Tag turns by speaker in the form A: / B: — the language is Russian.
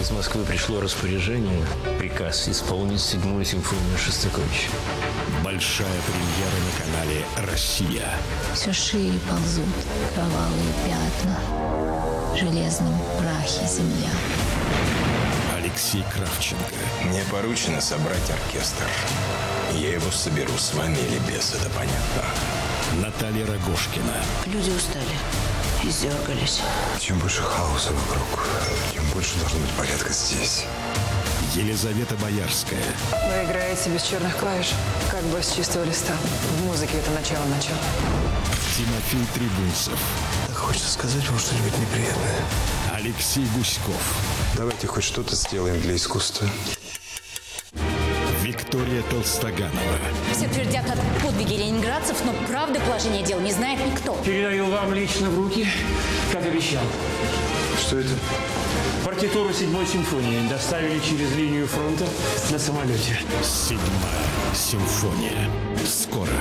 A: Из Москвы пришло распоряжение, приказ исполнить седьмую симфонию Шостаковича.
B: Большая премьера на канале «Россия».
C: Все шире ползут кровавые пятна. В железном прахе земля.
B: Алексей Кравченко.
D: Мне поручено собрать оркестр. Я его соберу с вами или без, это понятно.
B: Наталья Рогошкина.
E: Люди устали. Издергались.
F: Чем больше хаоса вокруг, тем больше должно быть порядка здесь.
B: Елизавета Боярская.
G: Вы играете без черных клавиш, как бы с чистого листа. В музыке это начало-начало.
B: Тимофей Трибунцев.
F: Хочется сказать вам что-нибудь неприятное.
B: Алексей Гуськов.
F: Давайте хоть что-то сделаем для искусства.
B: Виктория Толстоганова.
H: Все твердят о подвиге ленинградцев, но правды положения дел не знает никто.
I: Передаю вам лично в руки, как обещал.
F: Что это?
I: Партитуру седьмой симфонии доставили через линию фронта на самолете.
B: Седьмая симфония. Скоро.